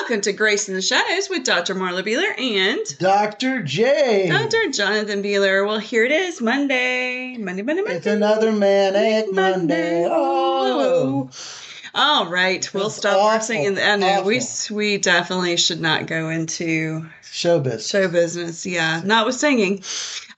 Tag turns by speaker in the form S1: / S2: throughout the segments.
S1: Welcome to Grace in the Shadows with Dr. Marla Beeler and
S2: Dr. J.
S1: Dr. Jonathan Beeler. Well, here it is, Monday. Monday, Monday, Monday.
S2: It's another manic Monday. Oh.
S1: All right, we'll
S2: That's
S1: stop
S2: awful,
S1: cursing. And, and uh, we
S2: awful.
S1: we definitely should not go into
S2: Showbiz.
S1: show business. Yeah, not with singing.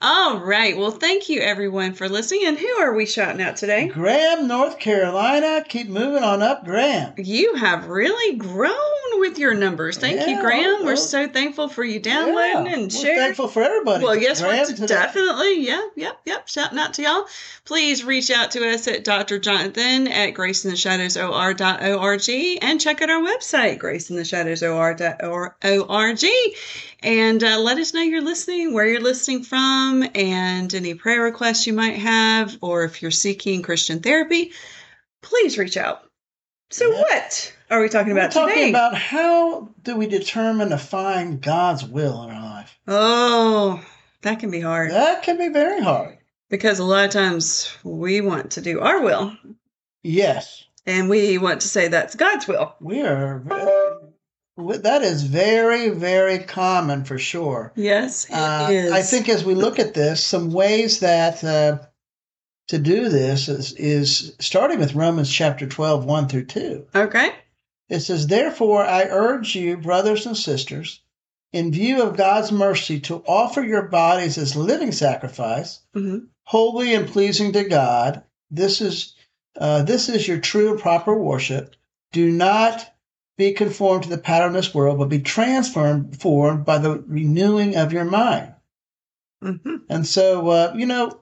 S1: All right. Well, thank you everyone for listening. And who are we shouting out today?
S2: Graham, North Carolina. Keep moving on up, Graham.
S1: You have really grown with your numbers. Thank you,
S2: Yeah,
S1: Graham. We're
S2: well,
S1: so thankful for you downloading
S2: Yeah,
S1: and
S2: we're
S1: sharing.
S2: thankful for everybody.
S1: Well, yes,
S2: Graham
S1: we're
S2: today.
S1: definitely. Yep, yep, yep. Shouting out to y'all. Please reach out to us at Dr. Jonathan at graceintheshadowsor.org and check out our website, graceintheshadowsor.org. And uh, let us know you're listening, where you're listening from, and any prayer requests you might have, or if you're seeking Christian therapy, please reach out. So,
S2: Yeah.
S1: what are we talking
S2: We're
S1: about
S2: talking
S1: today?
S2: about how do we determine to find God's will in our life?
S1: oh, that can be hard.
S2: That can be very hard.
S1: Because a lot of times we want to do our will
S2: Yes,
S1: and we want to say that's God's will.
S2: we are. That is very, very common for sure.
S1: Yes, it is.
S2: Uh, I think as we look at this, some ways that uh, to do this is, is starting with Romans chapter 12, 1 through 2.
S1: Okay.
S2: It says, Therefore, I urge you, brothers and sisters, in view of God's mercy, to offer your bodies as living sacrifice,
S1: hmm
S2: holy and pleasing to God. This is uh, this is your true and proper worship. Do not be conformed to the pattern of this world, but be transformed formed by the renewing of your mind.
S1: hmm
S2: And so, uh, you know,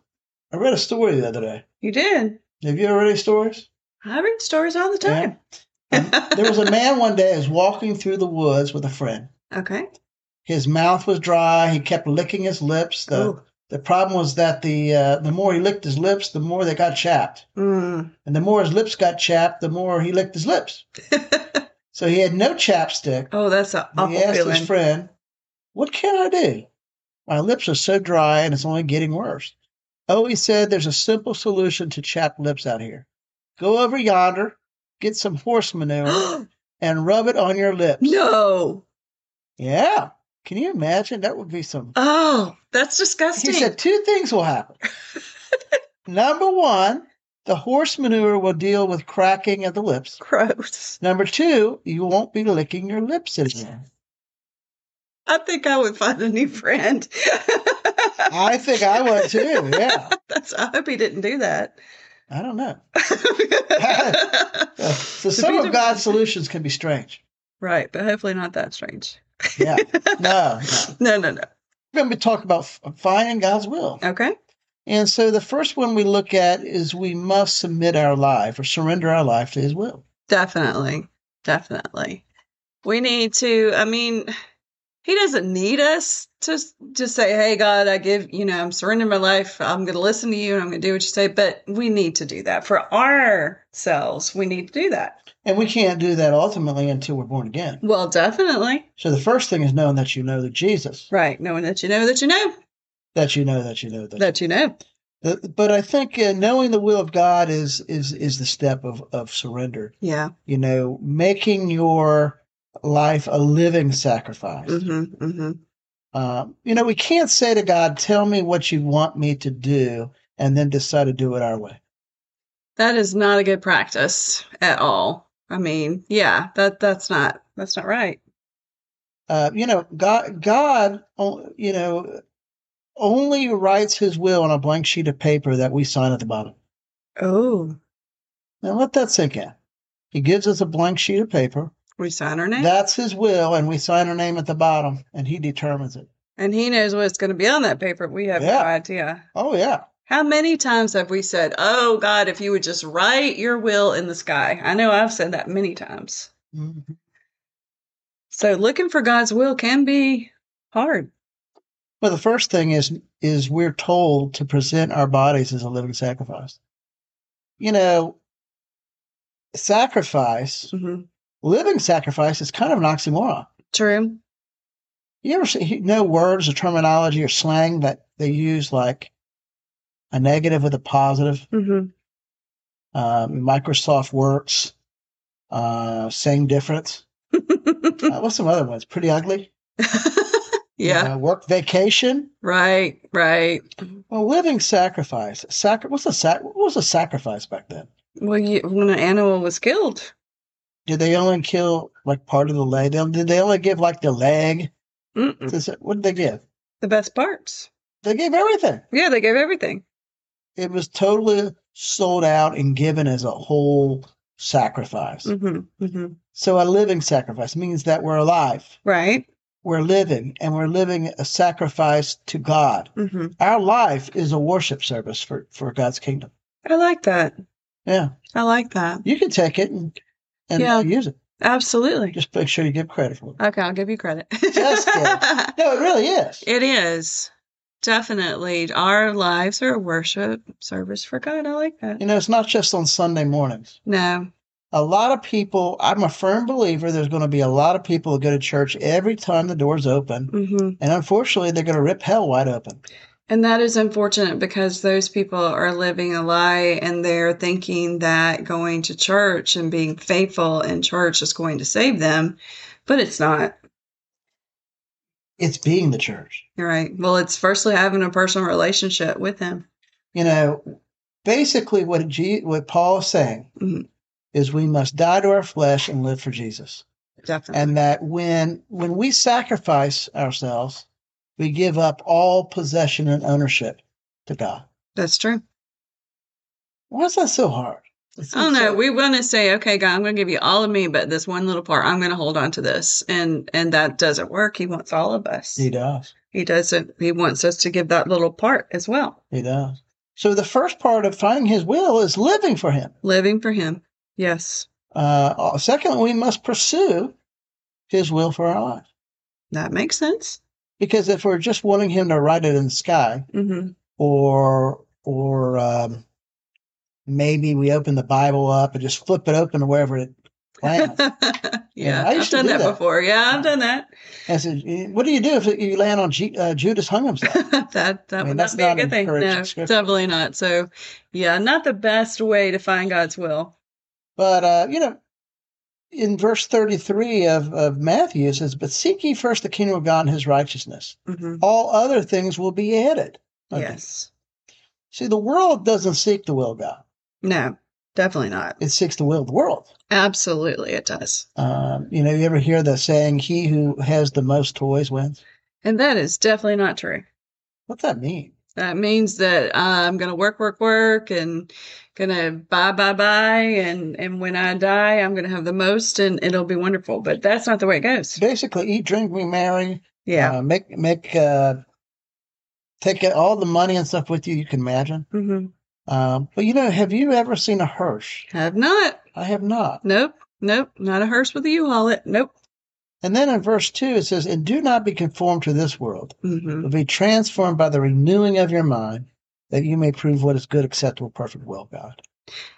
S2: I read a story the other day.
S1: You did.
S2: Have you ever read any stories?
S1: I read stories all the
S2: Yeah. Um,
S1: time.
S2: There was a man one day who was walking through the woods with a friend.
S1: okay.
S2: His mouth was dry. He kept licking his lips. The,
S1: Oh.
S2: the problem was that the uh, the more he licked his lips, the more they got chapped.
S1: Mm.
S2: And the more his lips got chapped, the more he licked his lips. so he had no chapstick.
S1: Oh, that's an
S2: And
S1: awful
S2: he asked
S1: feeling.
S2: his friend, What can I do? My lips are so dry and it's only getting worse. Oh, he said, There's a simple solution to chapped lips out here. Go over yonder, get some horse manure, and rub it on your lips.
S1: no.
S2: Yeah. Can you imagine? That would be some.
S1: Oh, that's
S2: He
S1: disgusting.
S2: said, Two things will happen. Number one, the horse manure will deal with cracking of the lips.
S1: Gross.
S2: Number two, you won't be licking your lips anymore.
S1: I think I would find a new friend.
S2: I think I would too. Yeah.
S1: that's. I hope he didn't do that.
S2: I don't know. Uh, so some
S1: these
S2: of
S1: are-
S2: God's solutions can be strange.
S1: Right, but hopefully not that strange.
S2: Yeah. No, no.
S1: No, no, no.
S2: We're going to talk about f- finding God's will.
S1: Okay.
S2: And so the first one we look at is we must submit our life or surrender our life to His will.
S1: Definitely. Definitely. We need to, I mean, he doesn't need us to just say, Hey God, I give, you know, I'm surrendering my life. I'm gonna listen to you and I'm gonna do what you say. But we need to do that for ourselves. We need to do that.
S2: And we can't do that ultimately until we're born again.
S1: Well, definitely.
S2: So the first thing is knowing that you know that Jesus,
S1: Right. Knowing that you know that you know
S2: that you know that you know that.
S1: that you know.
S2: that but I think uh, knowing the will of God is is is the step of of surrender.
S1: Yeah.
S2: You know, making your life a living sacrifice.
S1: Mm-hmm. Mm-hmm.
S2: Um, you know, we can't say to God, "Tell me what you want me to do," and then decide to do it our way.
S1: That is not a good practice at all. I mean, yeah, that that's not that's not right.
S2: Uh, you know, God, God, o- you know, only writes His will on a blank sheet of paper that we sign at the bottom.
S1: Oh.
S2: Now let that sink in. He gives us a blank sheet of paper.
S1: We sign our name.
S2: That's His will, and we sign our name at the bottom, and He determines it.
S1: And he knows what's going to be on that paper. We have no
S2: Yeah.
S1: idea.
S2: Oh yeah,
S1: How many times have we said, Oh God, if you would just write your will in the sky? I know I've said that many times.
S2: Mhm.
S1: So looking for God's will can be hard.
S2: Well, the first thing is is we're told to present our bodies as a living sacrifice. You know, sacrifice
S1: Mm-hmm.
S2: living sacrifice is kind of an oxymoron.
S1: True.
S2: You ever see, you know words or terminology or slang that they use like a negative with a positive?
S1: Mm-hmm.
S2: Um, Microsoft works, uh, same difference.
S1: Mm-hmm.
S2: Uh, what's some other ones? Pretty ugly.
S1: Hmm. yeah.
S2: Uh, work vacation.
S1: Right. Right.
S2: Well, living sacrifice. Sacri- what's a sac- what was a sacrifice back then?
S1: Well, you, when an animal was killed,
S2: Did they only kill like part of the leg? They- Did they only give like the leg?
S1: Mm-mm.
S2: Is it- What did they give?
S1: the best parts.
S2: They gave everything.
S1: Yeah, they gave everything.
S2: It was totally sold out and given as a whole sacrifice.
S1: Mm-hmm. Mm-hmm.
S2: So a living sacrifice means that we're alive,
S1: Right.
S2: we're living, and we're living a sacrifice to God.
S1: Mm-hmm.
S2: Our life is a worship service for, for God's kingdom.
S1: I like that.
S2: Yeah,
S1: I like that.
S2: you can take it and and
S1: Yeah.
S2: use it.
S1: Absolutely.
S2: Just make sure you give credit for it.
S1: Okay, I'll give you credit.
S2: Just kidding. No, it really is.
S1: It is. Definitely. Our lives are a worship service for God. I like that.
S2: You know, it's not just on Sunday mornings.
S1: No.
S2: A lot of people, I'm a firm believer there's going to be a lot of people that go to church every time the doors open.
S1: hmm
S2: And unfortunately, they're going to rip hell wide open.
S1: And that is unfortunate because those people are living a lie and they're thinking that going to church and being faithful in church is going to save them, but it's not.
S2: It's being the church.
S1: You're right. Well, it's firstly having a personal relationship with Him.
S2: You know, basically what G, what Paul is saying
S1: Mhm.
S2: is we must die to our flesh and live for Jesus.
S1: Definitely.
S2: And that when when we sacrifice ourselves, we give up all possession and ownership to God.
S1: That's true.
S2: Why is that so hard? It
S1: Oh
S2: seems
S1: no,
S2: so-
S1: we want to say, okay, God, I'm going to give you all of me, but this one little part, I'm going to hold on to this, and and that doesn't work. He wants all of us.
S2: He does.
S1: He doesn't. He wants us to give that little part as well,
S2: He does. So the first part of finding His will is living for Him.
S1: living for Him. Yes,
S2: Uh, secondly, we must pursue His will for our life.
S1: that makes sense.
S2: Because if we're just wanting Him to write it in the sky,
S1: hmm
S2: or or um, maybe we open the Bible up and just flip it open to wherever it lands.
S1: yeah,
S2: Yeah, I
S1: I've
S2: used to
S1: done
S2: do
S1: that,
S2: that.
S1: before. Yeah, I've done that.
S2: And I said, "What do you do if you land on Ju- uh, Judas hung himself?"
S1: that that
S2: mean,
S1: would
S2: that's
S1: not be a
S2: not
S1: good thing.
S2: encouraging
S1: No,
S2: scripture.
S1: definitely not. So, yeah, not the best way to find God's will.
S2: But uh, you know, in verse thirty-three of of Matthew it says, "But seek ye first the kingdom of God and His righteousness;
S1: hmm
S2: all other things will be added." Okay.
S1: Yes.
S2: See, the world doesn't seek the will of God;
S1: No, definitely not.
S2: it seeks the will of the world.
S1: Absolutely, it does.
S2: Um, you know, you ever hear the saying, "He who has the most toys wins."
S1: And that is definitely not true.
S2: What's that mean?
S1: That means that I'm going to work, work, work and going to buy, buy, buy. And, and when I die, I'm going to have the most and it'll be wonderful. But that's not the way it goes.
S2: Basically, eat, drink, be merry.
S1: Yeah.
S2: Uh, make make uh, take all the money and stuff with you you can imagine.
S1: hmm
S2: Um, but you know, have you ever seen a hearse?
S1: Have not.
S2: I have not.
S1: Nope. Nope. Not a hearse with a U-Haul. It. Nope.
S2: And then in verse 2, it says, And do not be conformed to this world,
S1: hmm
S2: but be transformed by the renewing of your mind, that you may prove what is good, acceptable, perfect will of God.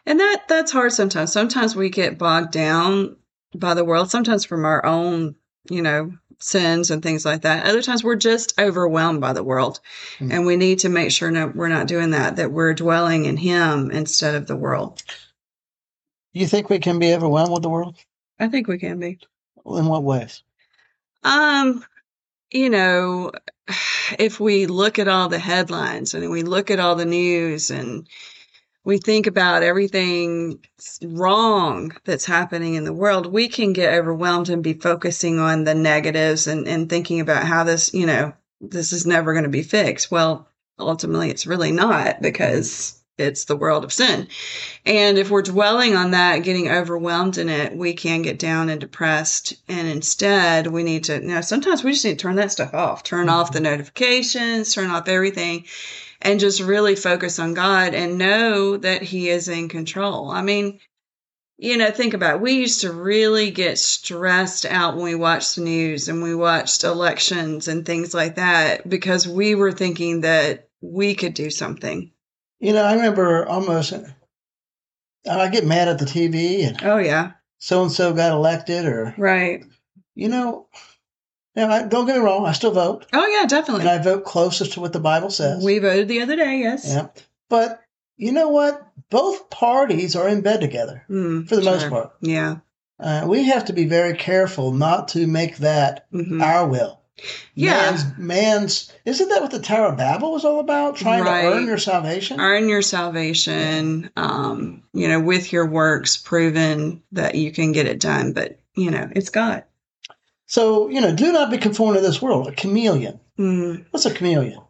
S1: And that that's hard sometimes. Sometimes we get bogged down by the world, sometimes from our own, you know, sins and things like that. Other times we're just overwhelmed by the world.
S2: Mm.
S1: And we need to make sure no, we're not doing that, that we're dwelling in him instead of the world.
S2: You think we can be overwhelmed with the world?
S1: I think we can be.
S2: In what ways?
S1: Um, you know, if we look at all the headlines and we look at all the news and we think about everything wrong that's happening in the world, we can get overwhelmed and be focusing on the negatives and, and thinking about how this, you know, this is never going to be fixed. Well, ultimately, it's really not because it's the world of sin. And if we're dwelling on that, getting overwhelmed in it, we can get down and depressed. And instead, we need to, now, sometimes we just need to turn that stuff off, turn off the notifications, turn off everything, and just really focus on God and know that He is in control. I mean, you know, think about it. we used to really get stressed out when we watched the news and we watched elections and things like that because we were thinking that we could do something.
S2: You know, I remember almost, I get mad at the TV and
S1: Oh, yeah.
S2: so and so got elected, or,
S1: Right.
S2: you know, now I, don't get me wrong, I still vote,
S1: Oh, yeah, definitely.
S2: and I vote closest to what the Bible says.
S1: We voted the other day, yes.
S2: Yeah. But you know what? Both parties are in bed together
S1: Mm,
S2: for the most
S1: sure.
S2: part.
S1: Yeah.
S2: Uh, we have to be very careful not to make that
S1: Mhm.
S2: our will.
S1: Yeah.
S2: Man's, man's isn't that what the Tower of Babel was all about? Trying
S1: Right.
S2: to earn your salvation?
S1: Earn your salvation, um, you know, with your works, proven that you can get it done. But, you know, it's God.
S2: So, you know, do not be conformed to this world. A chameleon.
S1: Mm,
S2: What's a chameleon?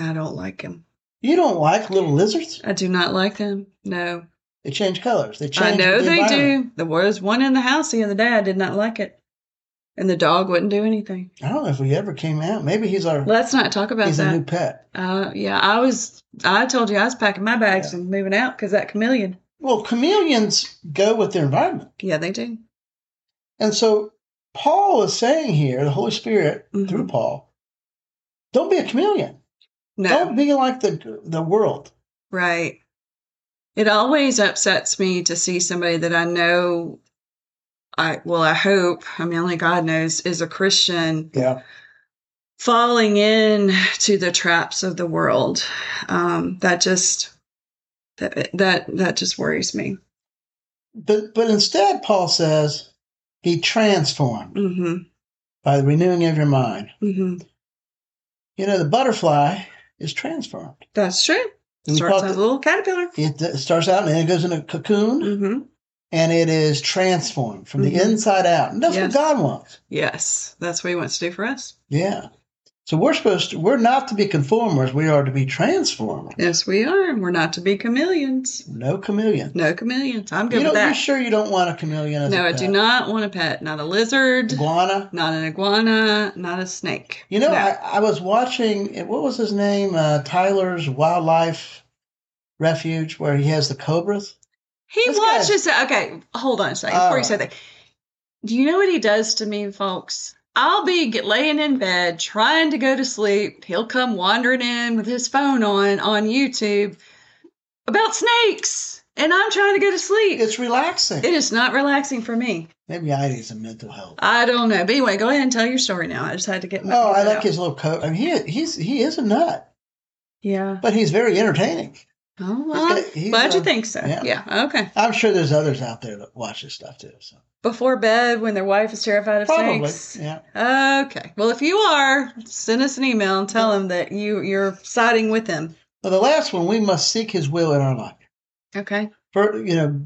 S1: I don't like him.
S2: You don't like little lizards?
S1: I do not like him. No.
S2: They change colors. They
S1: I
S2: change.
S1: know
S2: with the
S1: they
S2: environment.
S1: do. There was one in the house the other day. I did not like it. And the dog wouldn't do anything.
S2: I don't know if we ever came out. Maybe he's our
S1: Let's not talk about
S2: he's
S1: that.
S2: a new pet.
S1: Uh, yeah, I was. I told you I was packing my bags and moving out because that chameleon.
S2: Well, chameleons go with their environment.
S1: Yeah, they do.
S2: And so Paul is saying here, the Holy Spirit
S1: Mhm.
S2: through Paul, don't be a chameleon.
S1: No,
S2: Don't be like the the world.
S1: right. It always upsets me to see somebody that I know. I well, I hope. I mean, only God knows is a Christian
S2: Yeah.
S1: falling in to the traps of the world. Um, that just that that that just worries me.
S2: But but instead Paul says, be transformed
S1: hmm
S2: by the renewing of your mind.
S1: hmm
S2: You know, the butterfly is transformed.
S1: That's true.
S2: We
S1: Starts
S2: talked-
S1: as a little caterpillar.
S2: It it starts out and then it goes in a cocoon
S1: hmm
S2: and it is transformed from
S1: Mhm.
S2: the inside out. And that's
S1: Yes.
S2: what God wants.
S1: Yes, that's what He wants to do for us.
S2: Yeah. So we're supposed to, we're not to be conformers. We are to be transformed.
S1: Yes, we are. We're not to be chameleons.
S2: No chameleon.
S1: No chameleons. I'm good
S2: You
S1: with
S2: don't, you
S1: that.
S2: sure you don't want a chameleon as
S1: No,
S2: I
S1: I do not want a pet. Not a lizard.
S2: Iguana.
S1: Not an iguana. Not a snake.
S2: You know,
S1: No.
S2: I, I was watching, eh, what was his name? Uh, Tyler's Wildlife Refuge, where he has the cobras.
S1: he
S2: this guy- Oh.
S1: watches. Okay, hold on a second
S2: All
S1: before you say that. Do you know what he does to me, folks? I'll be get, laying in bed trying to go to sleep. He'll come wandering in with his phone on on YouTube about snakes, and I'm trying to go to sleep.
S2: It's relaxing.
S1: It is not relaxing for me.
S2: Maybe I need some mental health.
S1: I don't know. But anyway, go ahead and tell your story now. I just had to get my.
S2: Oh, I
S1: out.
S2: like his little coat. I mean, he, he's, he is a nut,
S1: Yeah.
S2: but he's very entertaining.
S1: Oh, well,
S2: got- he's,
S1: glad you
S2: uh,
S1: think so.
S2: yeah.
S1: Yeah. Okay.
S2: I'm sure there's others out there that watch this stuff too. So
S1: Before bed when their wife is terrified of
S2: probably,
S1: snakes.
S2: yeah.
S1: Okay. Well, if you are, send us an email and tell him that you you're siding with him.
S2: Well, the last one, we must seek His will in our life.
S1: Okay.
S2: For you know,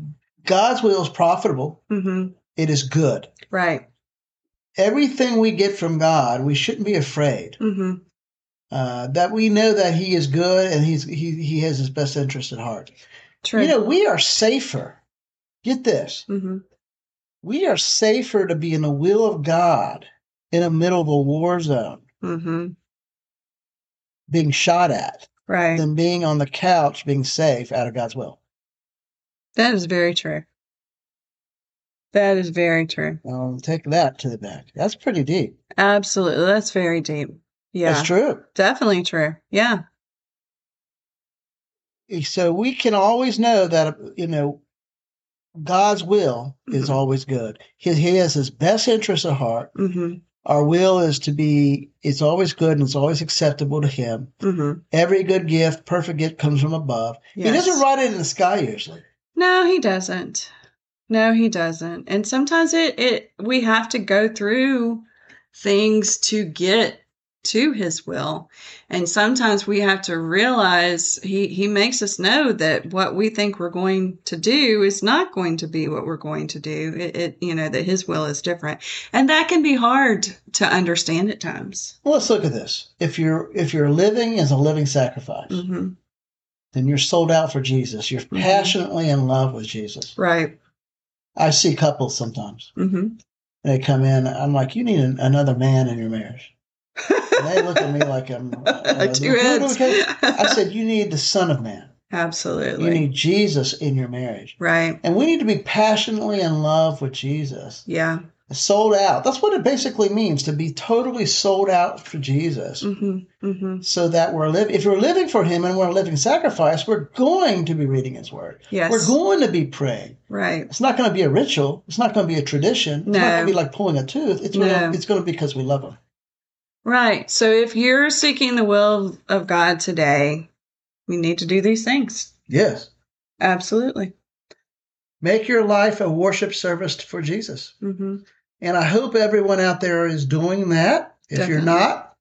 S2: God's will is profitable.
S1: Mm-hmm.
S2: It is good.
S1: Right.
S2: Everything we get from God, we shouldn't be afraid.
S1: Mm-hmm.
S2: Uh, that we know that He is good and He's He He has His best interest at heart.
S1: True.
S2: You know, we are safer. Get this,
S1: mm-hmm.
S2: we are safer to be in the will of God in the middle of a war zone,
S1: Mm-hmm.
S2: being shot at,
S1: Right.
S2: than being on the couch being safe out of God's will.
S1: that is very true. That is very true.
S2: Um, take that to the bank. That's pretty deep.
S1: Absolutely. That's very deep. Yeah.
S2: That's true.
S1: Definitely true. Yeah.
S2: So we can always know that you know God's will is
S1: Mhm.
S2: always good. He, he has His best interest at heart.
S1: Mm-hmm.
S2: Our will is to be. It's always good and it's always acceptable to Him.
S1: Mm-hmm.
S2: Every good gift, perfect gift, comes from above. He doesn't write it in the sky usually.
S1: No, he doesn't. No, he doesn't. And sometimes it it we have to go through things to get to his will. And sometimes we have to realize he he makes us know that what we think we're going to do is not going to be what we're going to do. It, it you know that his will is different. And that can be hard to understand at times.
S2: Well, let's look at this. If you're if you're living as a living sacrifice,
S1: Mhm.
S2: then you're sold out for Jesus. You're
S1: Mhm.
S2: passionately in love with Jesus.
S1: Right.
S2: I see couples sometimes.
S1: Mhm.
S2: they come in. I'm like, you need an, another man in your marriage. And they look at me like I'm. uh,
S1: Two
S2: who do we
S1: heads.
S2: take? I said, you need the Son of Man. You
S1: Absolutely.
S2: need Jesus in your marriage,
S1: Right.
S2: and we need to be passionately in love with Jesus,
S1: Yeah.
S2: sold out. That's what it basically means to be totally sold out for Jesus.
S1: Mhm. Mhm.
S2: So that we're living, if we're living for Him and we're a living sacrifice, we're going to be reading His Word.
S1: Yes.
S2: We're going to be praying.
S1: right.
S2: It's not going to be a ritual. It's not going to be a tradition. It's not
S1: No.
S2: going to be like pulling a tooth. It's
S1: No.
S2: gonna, it's going to be because we love Him.
S1: Right. So if you're seeking the will of God today, you need to do these things.
S2: Yes.
S1: Absolutely.
S2: Make your life a worship service for Jesus.
S1: hmm
S2: And I hope everyone out there is doing that. If you're
S1: Definitely.
S2: not,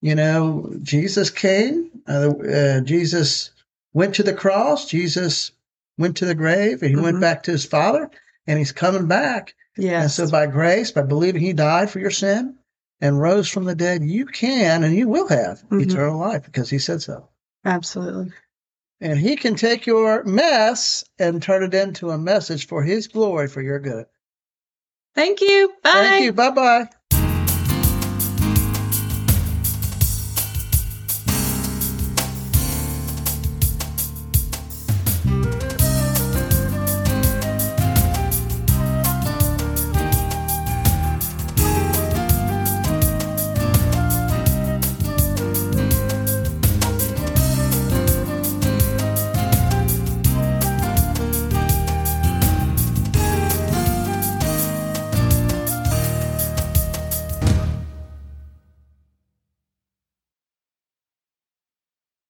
S2: you know, Jesus came, uh, uh, Jesus went to the cross, Jesus went to the grave, and he went
S1: Mhm.
S2: back to his Father, and he's coming back. And
S1: Yes.
S2: so, by grace, by believing He died for your sin and rose from the dead, you can and you will have
S1: Mhm.
S2: eternal life because He said so.
S1: Absolutely.
S2: And He can take your mess and turn it into a message for His glory for your good.
S1: Thank you. Bye.
S2: Thank you. Bye bye.